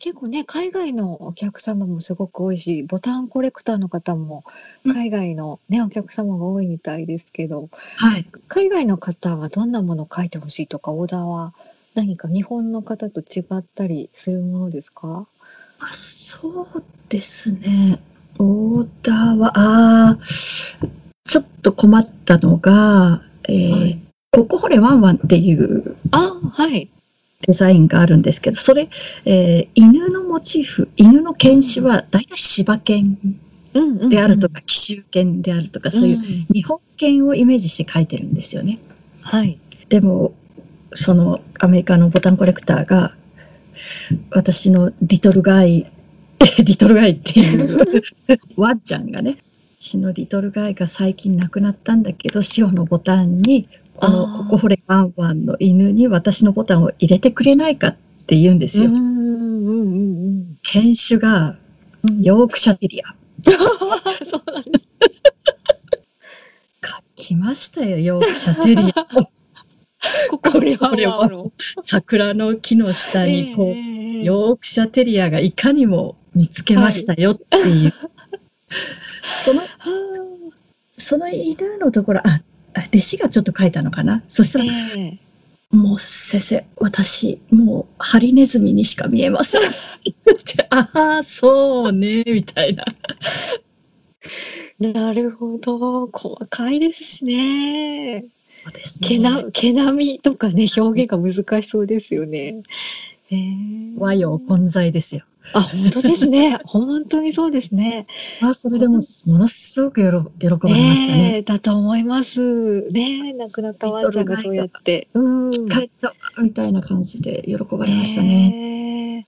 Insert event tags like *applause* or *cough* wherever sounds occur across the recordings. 結構ね、海外のお客様もすごく多いし、ボタンコレクターの方もうん。海外のね、お客様が多いみたいですけど、はい。海外の方はどんなものを書いて欲しいとか、オーダーは何か日本の方と違ったりするものですか？あ、そうですね。オーダーは、ああ、ちょっと困ったのが、えはえ、い。ココホレワンワンっていうああ、はい。デザインがあるんですけど、それ、ええ、犬のモチーフ、犬のう犬種ん。はだいたい柴犬うんうでんあうるとん。か、紀州犬であるとか、う。そういうん日本犬をイメージして書いてるんですよね。はい。でも、そのアメリカのボタンコレクターが、私のリトルガイ、 *laughs* リトルガイっていう *laughs* ワンちゃんがね、うちのリトルガイが最近亡くなったんだけど、シオのボタンに、このココあホあ。レワンワンの犬に私のボタンを入れてくれないかって言うんでうすんうよ。んうんうん。犬種がうん。ヨークシャテリア。 *laughs* そうなんです。か来ましたよ、ヨークシャテリ *laughs* ア。ココこレワこンれワンはの。桜の木の下ええにこうええええ。ヨークシャテリアがいかにも見つけまはしい。たよっていうそのはあ。その犬のところああ弟子がちょっと書いたのかなそしたらええ。 「もう先生私もうハリネズミにしか見え *laughs* ません」って「ああそうね」みたいななるほど、細かいですしね。そうです毛なね毛並みとかね、表現が難しそうですよね。へえ。和洋混在ですよ。あ、本当ですね。本当にそうですね。まあそれこでもんうものすごくよろ喜ばれましたね。ねえ、だと思います。ねえ、亡くなったリワントちゃルんがガイそうやがって。う来ん。たみたいな感じで喜ばれましたえね。え。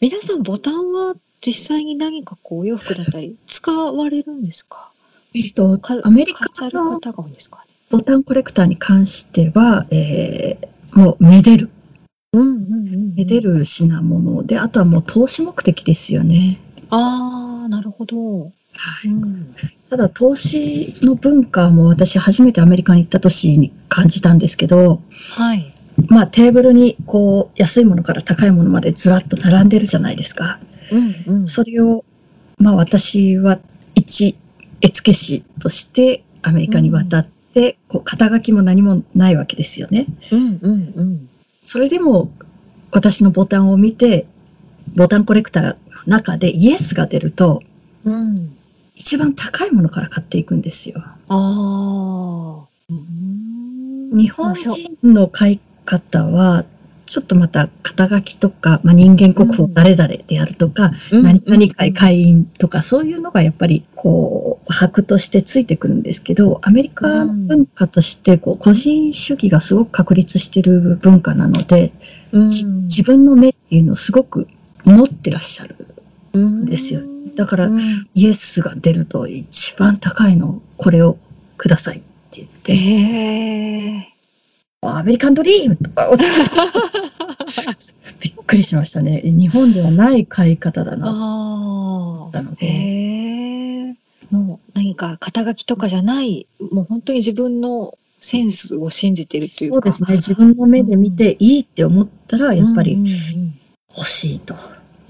皆さんボタンは実際に何かこうお洋服だった *laughs* り使われるんですか？えっと、かアメリカ飾るの方が多いんですかね？ボタンコレクターに関しては、えー、もうめでる。うんうんうんめうでん。る品物で、あとはもう投資目的ですよね。ああ、なるほど。はうい。ん。ただ投資の文化も私初めてアメリカに行った年に感じたんですけど、はい。まあテーブルにこう安いものから高いものまでずらっと並んでるじゃないですか。うんうん。それを、まあ私は一絵付け師としてアメリうカにん。渡って、こう肩書きも何もないわけですよね。うんうんうん。それでも私のボタンを見て、ボタンコレクターの中でイエスが出ると、うん。一番高いものから買っていくんですよ。ああ。うーん。日もう本ひょ、人の買い方は、ちょっとまた肩書きとか、まあ、人間う国宝ん。誰々であるとか、うん何う何んう会ん。会員とか、そういうのがやっぱりこう、箔としてついてくるんですけど、アメリうカのん。文化としてこう、個人主義がすごく確立してる文化なので、うじん。自分の目っていうのをすごく持ってらっしゃるうんですよ。だん。かうらん。イエスが出ると一番高いのこれをくださいって言って、ええ。アメリカンドリームとかびっくりしましたね。日本ではない買い方だなとああ。思ったので、へえ。もう何か肩書きとかじゃない、もう本当に自分のセンスを信じてるというそうでか。すね。自分のう目で見んていいって思ったらうやっぱん。りうんうん欲しいと。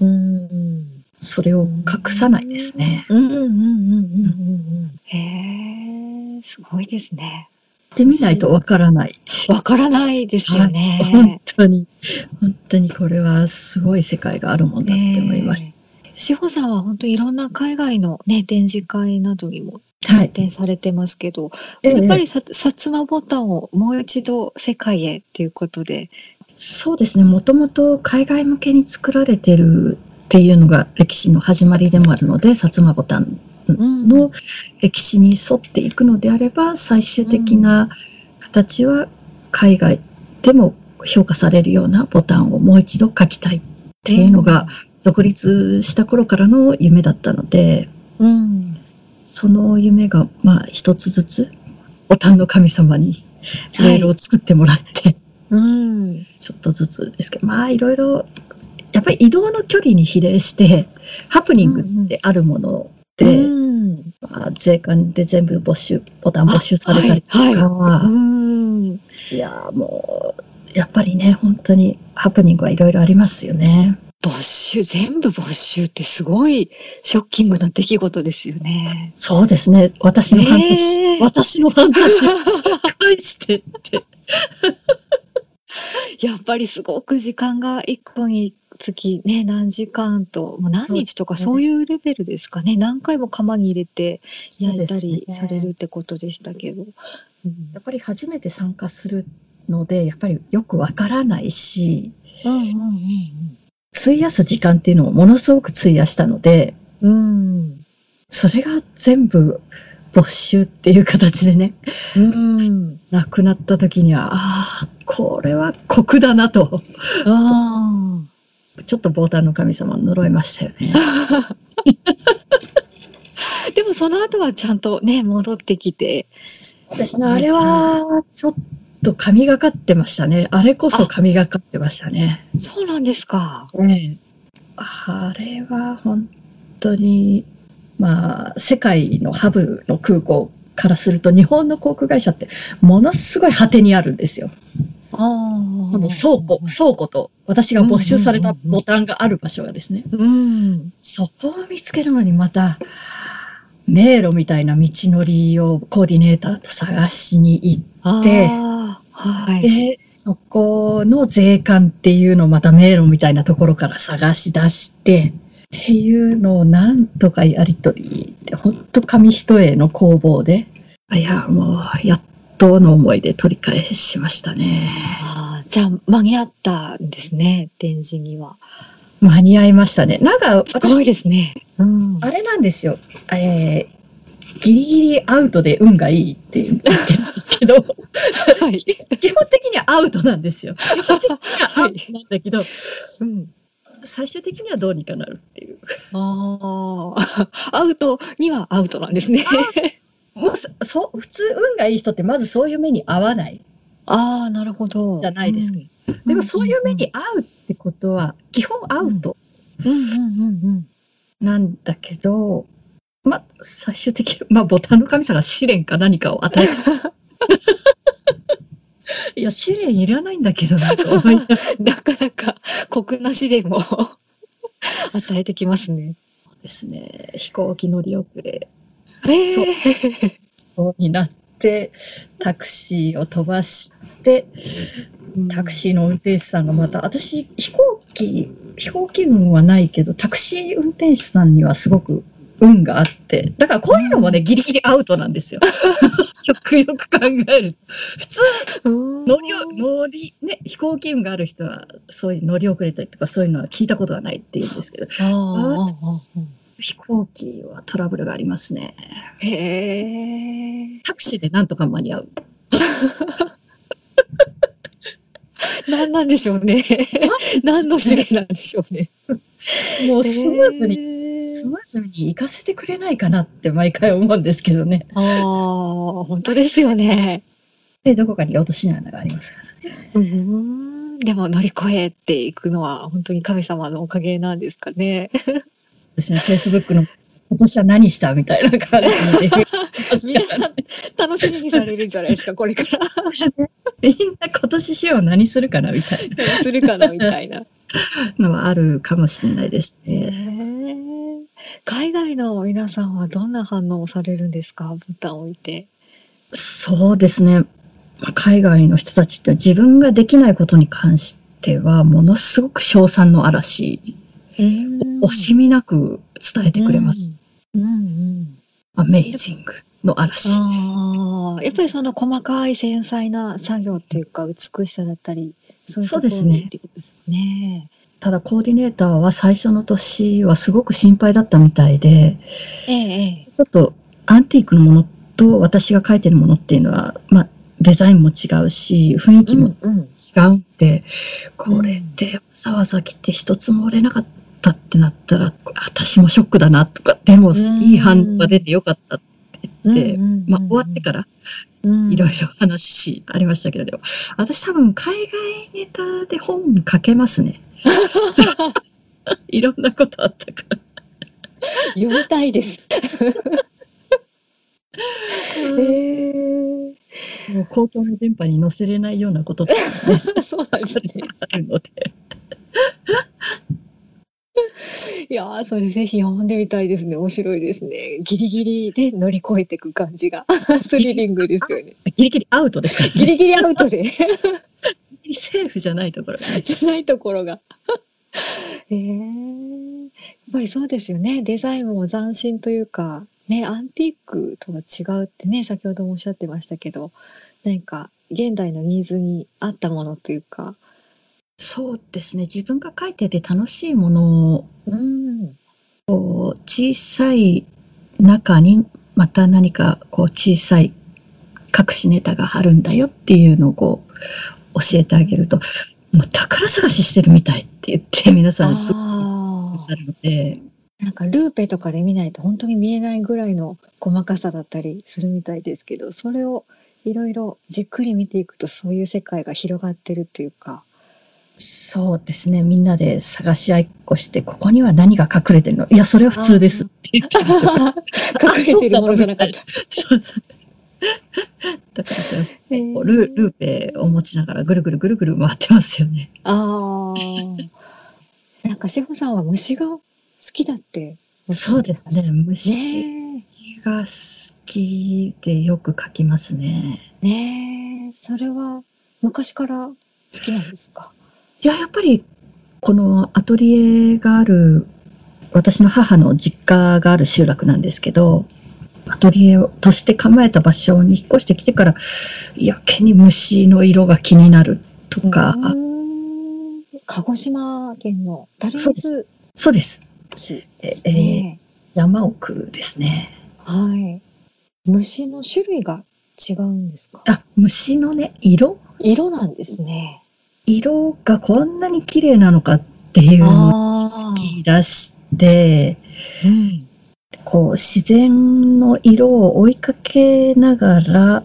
うん。うん。それうーを隠さないですんね。うんうんうんうんううん、んうん。へえ、すごいですね。やって欲みないしとわからない。い。わからないですはよい。本ね。当に、本当にこれはすごい世界があるもえんだって思いましえ。志保さんは本当いろんな海外のね、展示会などにもた。は出い。展されてますけど、えやっぱえ。りさ、薩摩ボタンをもう一度世界へっていうことで。そうですね。もともと海外向けに作られてるっていうのが歴史の始まりでもあるので、薩摩ボタンうのん、歴史に沿っていくのであれば、最終う的ん、な形は海外でも評価されるようなボタンをもう一度書きたいっうていうのが、ん、独立した頃からの夢だったので、うん。その夢が、まあ、一つずつ、ボタンの神様にはレールい。を作ってもらって、うん。ちょっとずつですけど、まあ、いろいろやっぱり移動の距離に比例して、ハプニうングっんてあるものうで、ん。うん。まあ、税関で全部没収、ボタン没あ、収さはれたりい、とはい。うか、ん。いやーもう、やっぱりね、本当にハプニングはいろいろありますよね。没収、全部没収ってすごいショッキングな出来事ですよ *laughs* ね。そうですね。私の話、ねえ私の話を返してって。やっぱりすごく時間が一個につきね、何時間と、もう何日とかそそうういうレベルですかね。何回も釜に入れて焼いたりそうですさねれるってことでしたけど。うんやっぱり初めて参加するので、やっぱりよくわからないし、うんうん費やす時間っていうのをものすごく費やしたので、うんうん。それが全部没収っていう形でね、うん。うん。亡くなった時には、ああ、これは酷だなと、ああ。ちょっとボータンの神様呪いましたよね。でもその後はちゃんとね、戻ってきて。私のあれは、ちょっと神がかってましたね。あれこそ神がかってましたね。そうなんですか。ねあれは本当に、まあ、世界のハブの空港からすると、日本の航空会社って、ものすごい果てにあるんですよ。ああ。その倉庫、倉庫と、私が没収されたうんうんうんうんボタンがある場所がですね。うん。そこを見つけるのにまた、迷路みたいな道のりをコーディネーターと探しに行っあであ。はい。で、そこの税関っていうのをまた迷路みたいなところから探し出して、っていうのをなんとかやりとり、ほんと紙一重の攻防で、いや、もう、やっとの思いで取り返しましたね。ああ、じゃあ間に合ったんですね、展示には。間に合いましたね。なんか、すごい私、ですね。うん。あれなんですよ。えーギリギリアウトで運がいいって *laughs* 言ってるんですけど、 *laughs* はい。基本的にはアウトなんですよ。基本的にはアウトなんだけど、うん。最終的にはどうにかなるっていう。ああ。 *laughs* アウトにはアウトなんですね。もうそそう普通運がいい人ってまずそういう目に合わないああ、なるほど。じゃないですかうんでもそういう目に合うってことは基本アウトうんうんうんうん。なんだけど、まあ最終的に、まあ、ボタンの神様が試練か何かを与 *laughs* えたいや試練いらないんだけどなと思いながらなかなか酷な試 *laughs* 練を与えてきますね。ですね飛行機乗り遅れえそうえになってタクシーを飛ばしてタクシーの運転手さんがまた、私、飛行機、飛行機運はないけど、タクシー運転手さんにはすごく運があって、だからこういうのもね、ギリギリアウトなんです *laughs* よ。よくよく考えると。普通、ーの乗りを、乗り、ね、飛行機運がある人は、そういう乗り遅れたりとか、そういうのは聞いたことはないって言うんですけど、あーあーあー飛行機はトラブルがありますね。へえ。タクシーでなんとか間に合う。何なんでしょうね。何の試練なんでしょうね。もうスムーズに、にスムーズに行かせてくれないかなって毎回思うんですけどね。ああ、本当ですよね。で、どこかに落とし穴がありますから。うん。でも乗り越えていくのは本当に神様のおかげなんですか *laughs* ね。ですね、Facebook の今年は何したみたいな感じで。 *laughs* 皆さん楽しみにされるんじゃないですか、これから。 *laughs* みんな今年しよう何するかなみたい何するかなみたいな。なのはあるかもしれないですね。ねえ海外の皆さんはどんな反応をされるんですかボタンを置いて。そうですね。まあ海外の人たちって自分ができないことに関しては、ものすごく称賛の嵐、惜しみなく伝えてくれます。。うんうん、アメイジングの嵐。ああやっぱりその細かい繊細な作業っていうか美しさだったりそういうところそうですねってことですね。ただコーディネーターは最初の年はすごく心配だったみたいで、えええちょっとアンティークのものと私が書いてるものっていうのは、まあ、デザインも違うし、雰囲え。気もうんうん違うんで、これでわざわざ来て一つも売れなかったってなったら、私もショックだなとか、でもうんいい反応が出てよかったって言って、うんうんうんうんまあ終わってからうんいろいろ話ありましたけれども、私多分海外ネタで本書けます *laughs* ね。いろんなことあったから。読みたいです。ええもう公共の電波に載せれないようなこととかね。そうなんですね。あるので。 *laughs* いやーそれぜひ読んでみたいですね面白いですねギリギリで乗り越えていく感じがスリリングですよねギリギリアウトですから、ギリギリアウトでギリギリセーフじゃないところがねじゃないところが *laughs* えー、やっぱりそうですよねデザインも斬新というかねアンティークとは違うってね先ほどもおっしゃってましたけど何か現代のニーズに合ったものというかそうですね自分が書いてて楽しいものをうんこう小さい中にまた何かこう小さい隠しネタがあるんだよっていうのをこう教えてあげるともう宝探ししてるみたいって言って皆さんすごいあおっしゃーるのでなんかルーペとかで見ないと本当に見えないぐらいの細かさだったりするみたいですけどそれをいろいろじっくり見ていくとそういう世界が広がってるっていう *laughs* かそうですねみんなで探し合いっこしてここには何が隠れてるのいやそれは普通ですって言って隠れてるものじゃなかった。そうそうだからそうえこうルルーペを持ちながらぐるぐるぐるぐる回ってますよね。ああ。なんか志保さんは虫が好きだって。そうです。ね虫ねが好きでよく書きますね。え。ねえ。それは昔から好きなんですか。いや、やっぱりこのアトリエがある、私の母の実家がある集落なんですけど、アトリエをとして構えた場所に引っ越してきてから、やけに虫の色が気になるとか、うーん鹿児島県の垂そうで水そうです。市えですえーね。山奥ですね。はい。虫の種類が違うんですか。あ、虫のね、色色なんですね。色がこんなに綺麗なのかっていうのを好き出して、うん。こう自然の色を追いかけながら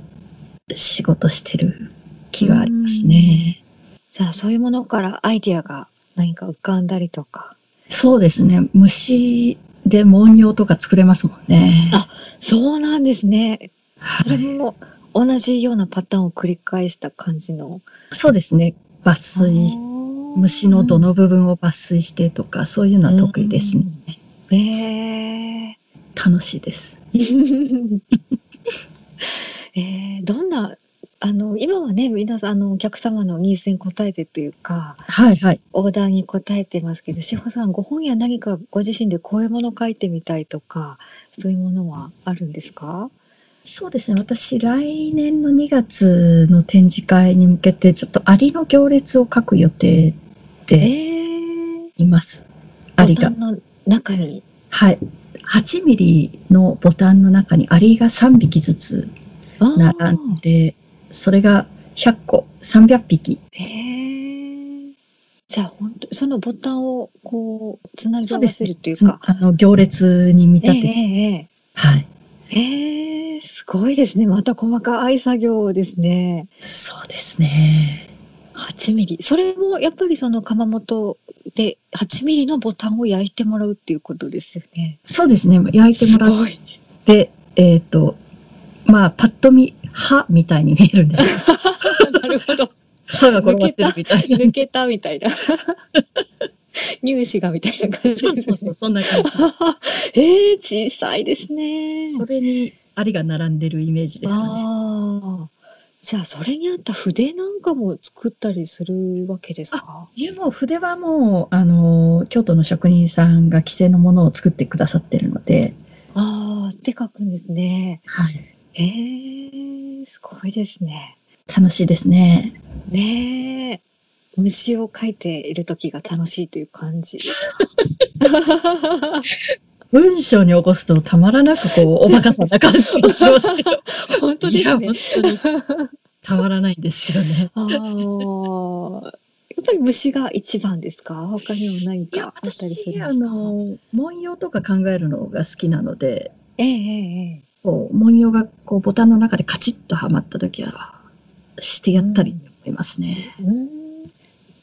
仕事してる気がありますね。じゃあそういうものからアイディアが何か浮かんだりとか。そうですね。虫で文様とか作れますもんね。あそうなんですね。はそれい、も同じようなパターンを繰り返した感じのそうですね。抜粋。虫のどのの部分を抜粋してとか、そういうのは得意ですね。 *laughs* え楽しいです。ーえーどんなあの今はね皆さんあのお客様のニーズに応えてというかはいはい。オーダーに応えてますけど志保さんご本や何かご自身でこういうもの書いてみたいとかそういうものはあるんですかそうですね。私、来年の2月の展示会に向けて、ちょっとアリの行列を書く予定えでー、います。アリがボ。タンの中にはい。8ミリのボタンの中にアリが3匹ずつあー並んで、それが100個、300匹。へえ。じゃあ本当そのボタンをこうつなぎ合そうわですせねるというか。あの、行列に見ええ立てて、えはい。えええすごいですね。また細かい作業ですね。そうですね。 8ミリ。それもやっぱりその窯元で8ミリのボタンを焼いてもらうっていうことですよね。そうですね。焼いてもらっすごい。て、えっ、と、まあ、パッと見、歯みたいに見えるん *laughs* です。なるほど。歯が転がってるみたいな。 *laughs* 抜けたみたいな。乳歯がみたいな感じそうですねそうそう、そんな感じ。ええ小さいですね。それに、アリが並んでるイメージですかね。ああ、じゃあそれに合った筆なんかも作ったりするわけですか。いやもう筆はもう、あの、京都の職人さんが既成のものを作ってくださってるので、ああ、で書くんですね。はい、ええすごいですね。楽しいですね。ねえ、虫を描いている時が楽しいという感 *laughs* じですか。文章に起こすとたまらなくこう、おバカさな感じがしますけど。本当でいや、す本ね。当にたまらないんですよね。ああ、やっぱり虫が一番ですか。他にも何いやか、あったりするんです私、か。あの、文様とか考えるのが好きなので、えええええこう、文様がこう、ボタンの中でカチッとはまった時は、してやったりと思いますね。えうーん、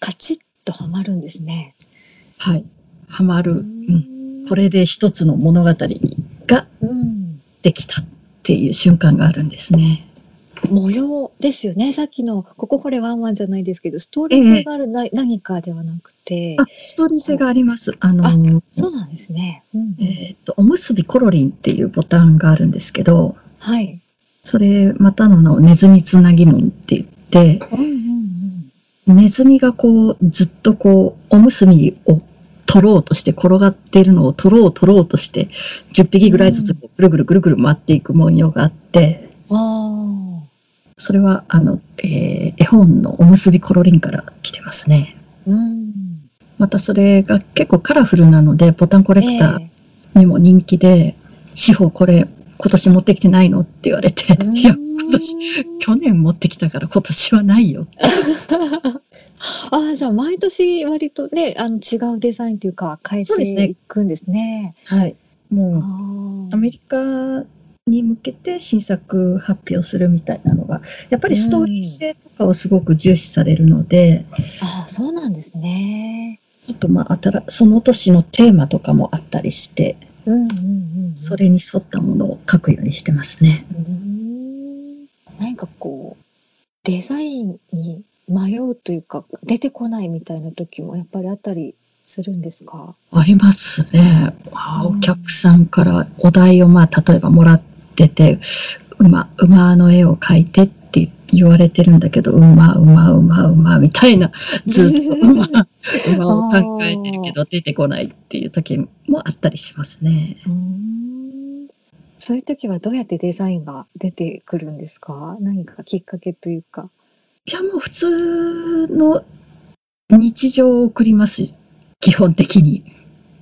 カチッとはまるんですね。はい。はまる。うん。んこれで一つの物語がうん、できたっていう瞬間があるんですね。模様ですよね。さっきの「ここ掘れワンワン」じゃないですけどストーリー性があるな、何かではなくてあストーリー性があります。あのそうなんですね。うんえーっとおむすびコロリンっていうボタンがあるんですけどはい、それまたの名をネズミつなぎもんって言ってうんうんうん、ネズミがこうずっとこうおむすびを取ろうとして転がっているのを取ろう取ろうとして10匹ぐらいずつこうぐるぐるぐるぐる回っていく文様があってあそれはあの、えー絵本のおむすびコロリンから来てますね。あうんまたそれが結構カラフルなのでボタンコレクタええーにも人気で「志保これ今年持ってきてないの?」って言われてう「んいや今年去年持ってきたから今年はないよ」ああじゃあ毎年割とねあの違うデザインというか変えそうですねていくんですね。はい、もうあアメリカに向けて新作発表するみたいなのがやっぱりストーリー性とかをすごく重視されるので、あああそうなんですね。ちょっとまあ新その年のテーマとかもあったりしてうんうんうん、それに沿ったものを書くようにしてますね。うーんなんかこうデザインに迷うというか出てこないみたいな時もやっぱりあったりするんですかありますね。あーうんお客さんからお題をまあ例えばもらってて馬馬の絵を描いてって言われてるんだけど馬馬馬馬みたいなずっと馬馬を考えてるけど出てこないっていう時もあったりしますね。うーんそういう時はどうやってデザインが出てくるんですか何かきっかけというか。いやもう普通の日常を送ります基本的に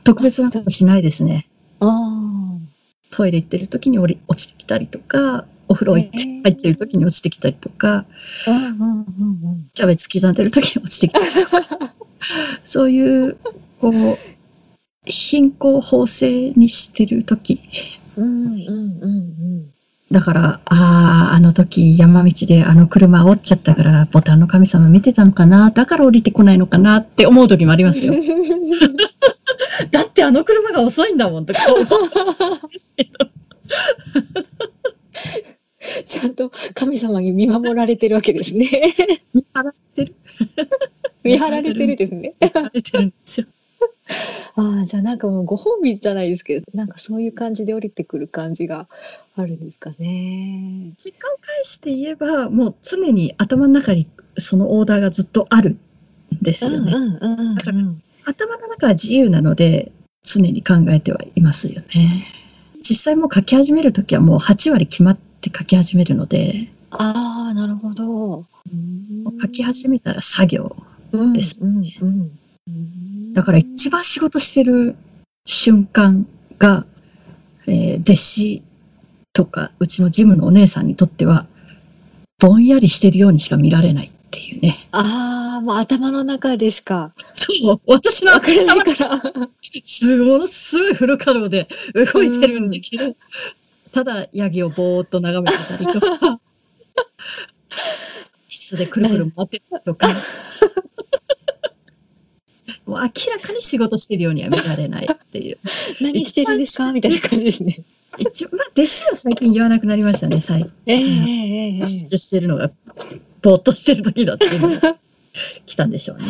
特別なことしないですね。あートイレ行ってる時に降り落ちてきたりとかお風呂行ってえー入ってる時に落ちてきたりとかうんうんうんうんキャベツ刻んでる時に落ちてきたりとかそういうこう貧困法制にしてる時うんうんうんだからあああの時山道であの車折っちゃったからボタンの神様見てたのかなだから降りてこないのかなって思う時もありますよだってあの車が遅いんだもんとか思うんですけど *laughs* ちゃんと神様に見守られてるわけです *laughs* ね。見張見張られてるですね。られてるんですよああじゃあなんかもうご褒美じゃないですけどなんかそういう感じで降りてくる感じがあるんですかね。結果を返して言えばもう常に頭の中にそのオーダーがずっとあるんですよね、うんうんだから頭の中は自由なので常に考えてはいますよね実際もう書き始める時はもう8割決まって書き始めるので、ああなるほど。もう書き始めたら作業ですうんうんうんだから一番仕事してる瞬間が、えー弟子とかうちのジムのお姉さんにとってはぼんやりしてるようにしか見られないっていうねああもう頭の中でしか *laughs* そう私の分から頭ながいから。すものすごいフル稼働で動いてるんだけど、ただヤギをぼーっと眺めてたりと *laughs* か椅子でくるくる回ってたりとか *laughs* もう明らかに仕事してるようには見られないっていう何してるんですかみたいな感じですね。一応まあ弟子は最近言わなくなりましたね最近えええええ集え。中してるのがぼーっとしてる時だっていうのが来たんでしょうね。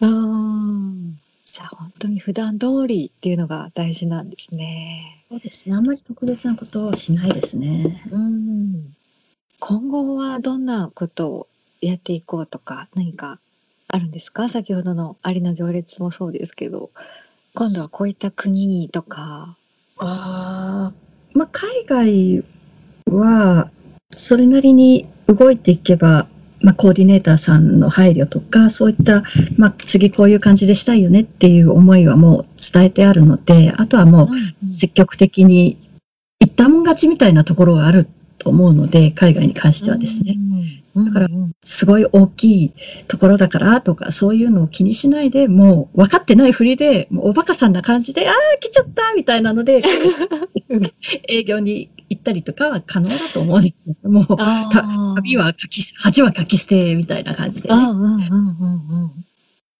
あーじゃあ本当に普段通りっていうのが大事なんですね。そうですねあんまり特別なことをしないですね。うん今後はどんなことをやっていこうとか何かあるんですか先ほどの「アリの行列」もそうですけど今度はこういった国にとか。あーまあ、海外はそれなりに動いていけば、まあ、コーディネーターさんの配慮とかそういった、まあ、次こういう感じでしたいよねっていう思いはもう伝えてあるのであとはもう積極的に行ったもん勝ちみたいなところがあると思うので海外に関してはですね。うん。だだからすごい大きいところだからとかそういうのを気にしないでもう分かってないふりでもうおバカさんな感じでああ来ちゃったみたいな *laughs* ので営業に行ったりとかは可能だと思うんですけどもうあー旅は書き恥は書き捨てみたいな感じで、うんね、うんうんうんうん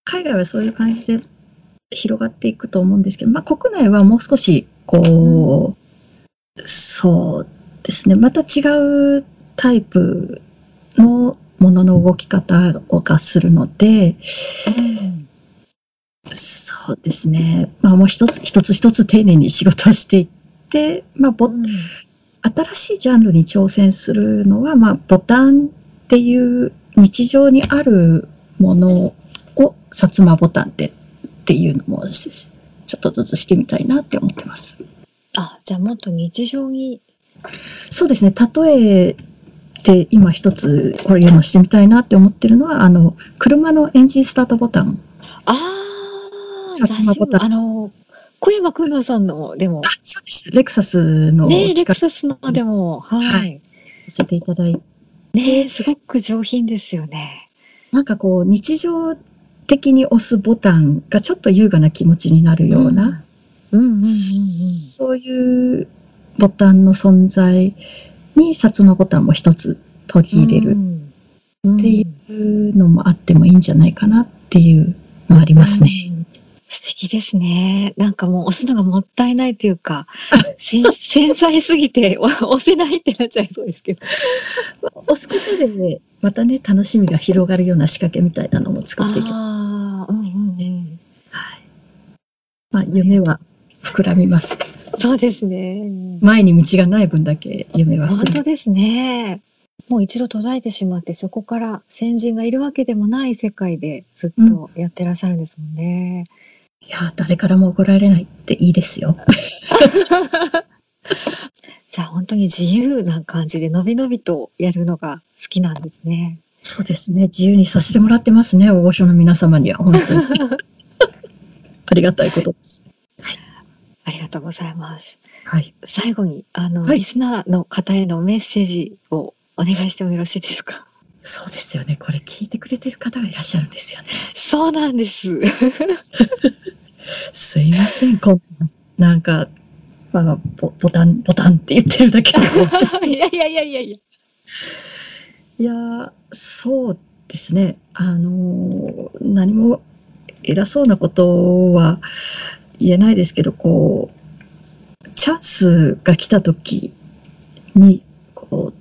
海外はそういう感じで広がっていくと思うんですけど、まあ、国内はもう少しこう、そうですねまた違うタイプのものの動き方をがするので、うんそうですね。まあもう一つ一つ一つ丁寧に仕事をしていって、まあボうん新しいジャンルに挑戦するのは、まあボタンっていう日常にあるものを薩摩ボタンでっていうのもししちょっとずつしてみたいなって思ってます。あじゃあもっと日常にそうですね。例えで今一つこういうのしてみたいなって思ってるのは、あの、車のエンジンスタートボタン。ああ薩摩ボタンあの小山君奈さんのでもあ、そうです。レクサスのねレ企ク画サさスのでもはい、はいせていただいてねすごく上品ですよね。なんかこう日常的に押すボタンがちょっと優雅な気持ちになるような、うんうんうんうんそういうボタンの存在に薩摩ボタンも一つ取り入れるうんっていうのもあってもいいんじゃないかなっていうのはありますね。うん素敵ですね。なんかもう押すのがもったいないというか、 *laughs* せん繊細すぎてお *laughs* 押せないってなっちゃいそうですけど。押すことでまたね楽しみが広がるような仕掛けみたいなのも作っていきます。ああ、うんうんはいまあ、夢は膨らみます。うん。そうですね。前に道がない分だけ夢は膨ら本む当ですね。もう一度途絶えてしまって、そこから先人がいるわけでもない世界でずっとやってらっしゃるんですもんね。いや誰からも怒られないっていいですよ。じゃあ本当に自由な感じでのびのびとやるのが好きなんですね。そうですね。自由にさせてもらってますね。大御所の皆様には。 *laughs* 本当に。ありがたいことです。ありがとうございます。はい。最後にあの、はいリスナーの方へのメッセージをお願いしてもよろしいでしょうか。そうですよね。これ聞いてくれてる方がいらっしゃるんですよね。そうなん *laughs* です。すいません。こんなんか、まあ、ボボタン、ボタンって言ってるだけで。いやいやいやいやいや。いやー、そうですね。あのー何も偉そうなことは言えないですけど、こう、チャンスが来た時に、こ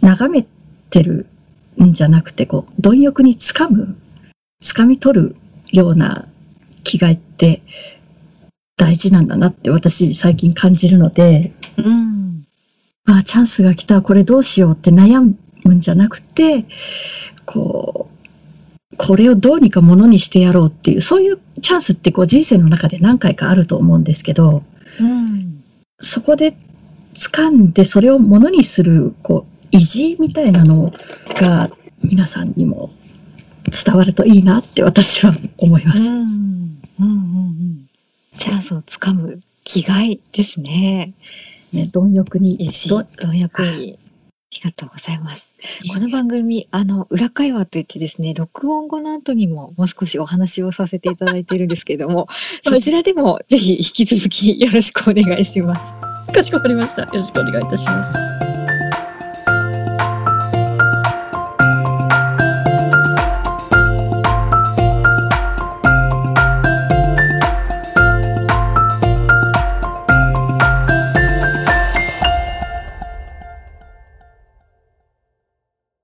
う、眺めてるんじゃなくて、こう、貪欲につかむ、つかみ取るような気概って大事なんだなって私最近感じるので、うん。あチャンスが来たこれどうしようって悩むんじゃなくてこうこれをどうにかものにしてやろうっていうそういうチャンスってこう人生の中で何回かあると思うんですけどうん。そこで掴んでそれをものにするこう意地みたいなのが皆さんにも伝わるといいなって私は思いまうす。ん。うん。うん。チャンスをつかむ気概ですね。ね、貪欲に意志 *laughs* ど貪欲に。ありがとうございます。この番組、あの、裏会話といってですね、録音後の後にももう少しお話をさせていただいているんですけれども、 *laughs* そちらでもぜひ引き続きよろしくお願いします。かしこまりました。よろしくお願いいたします。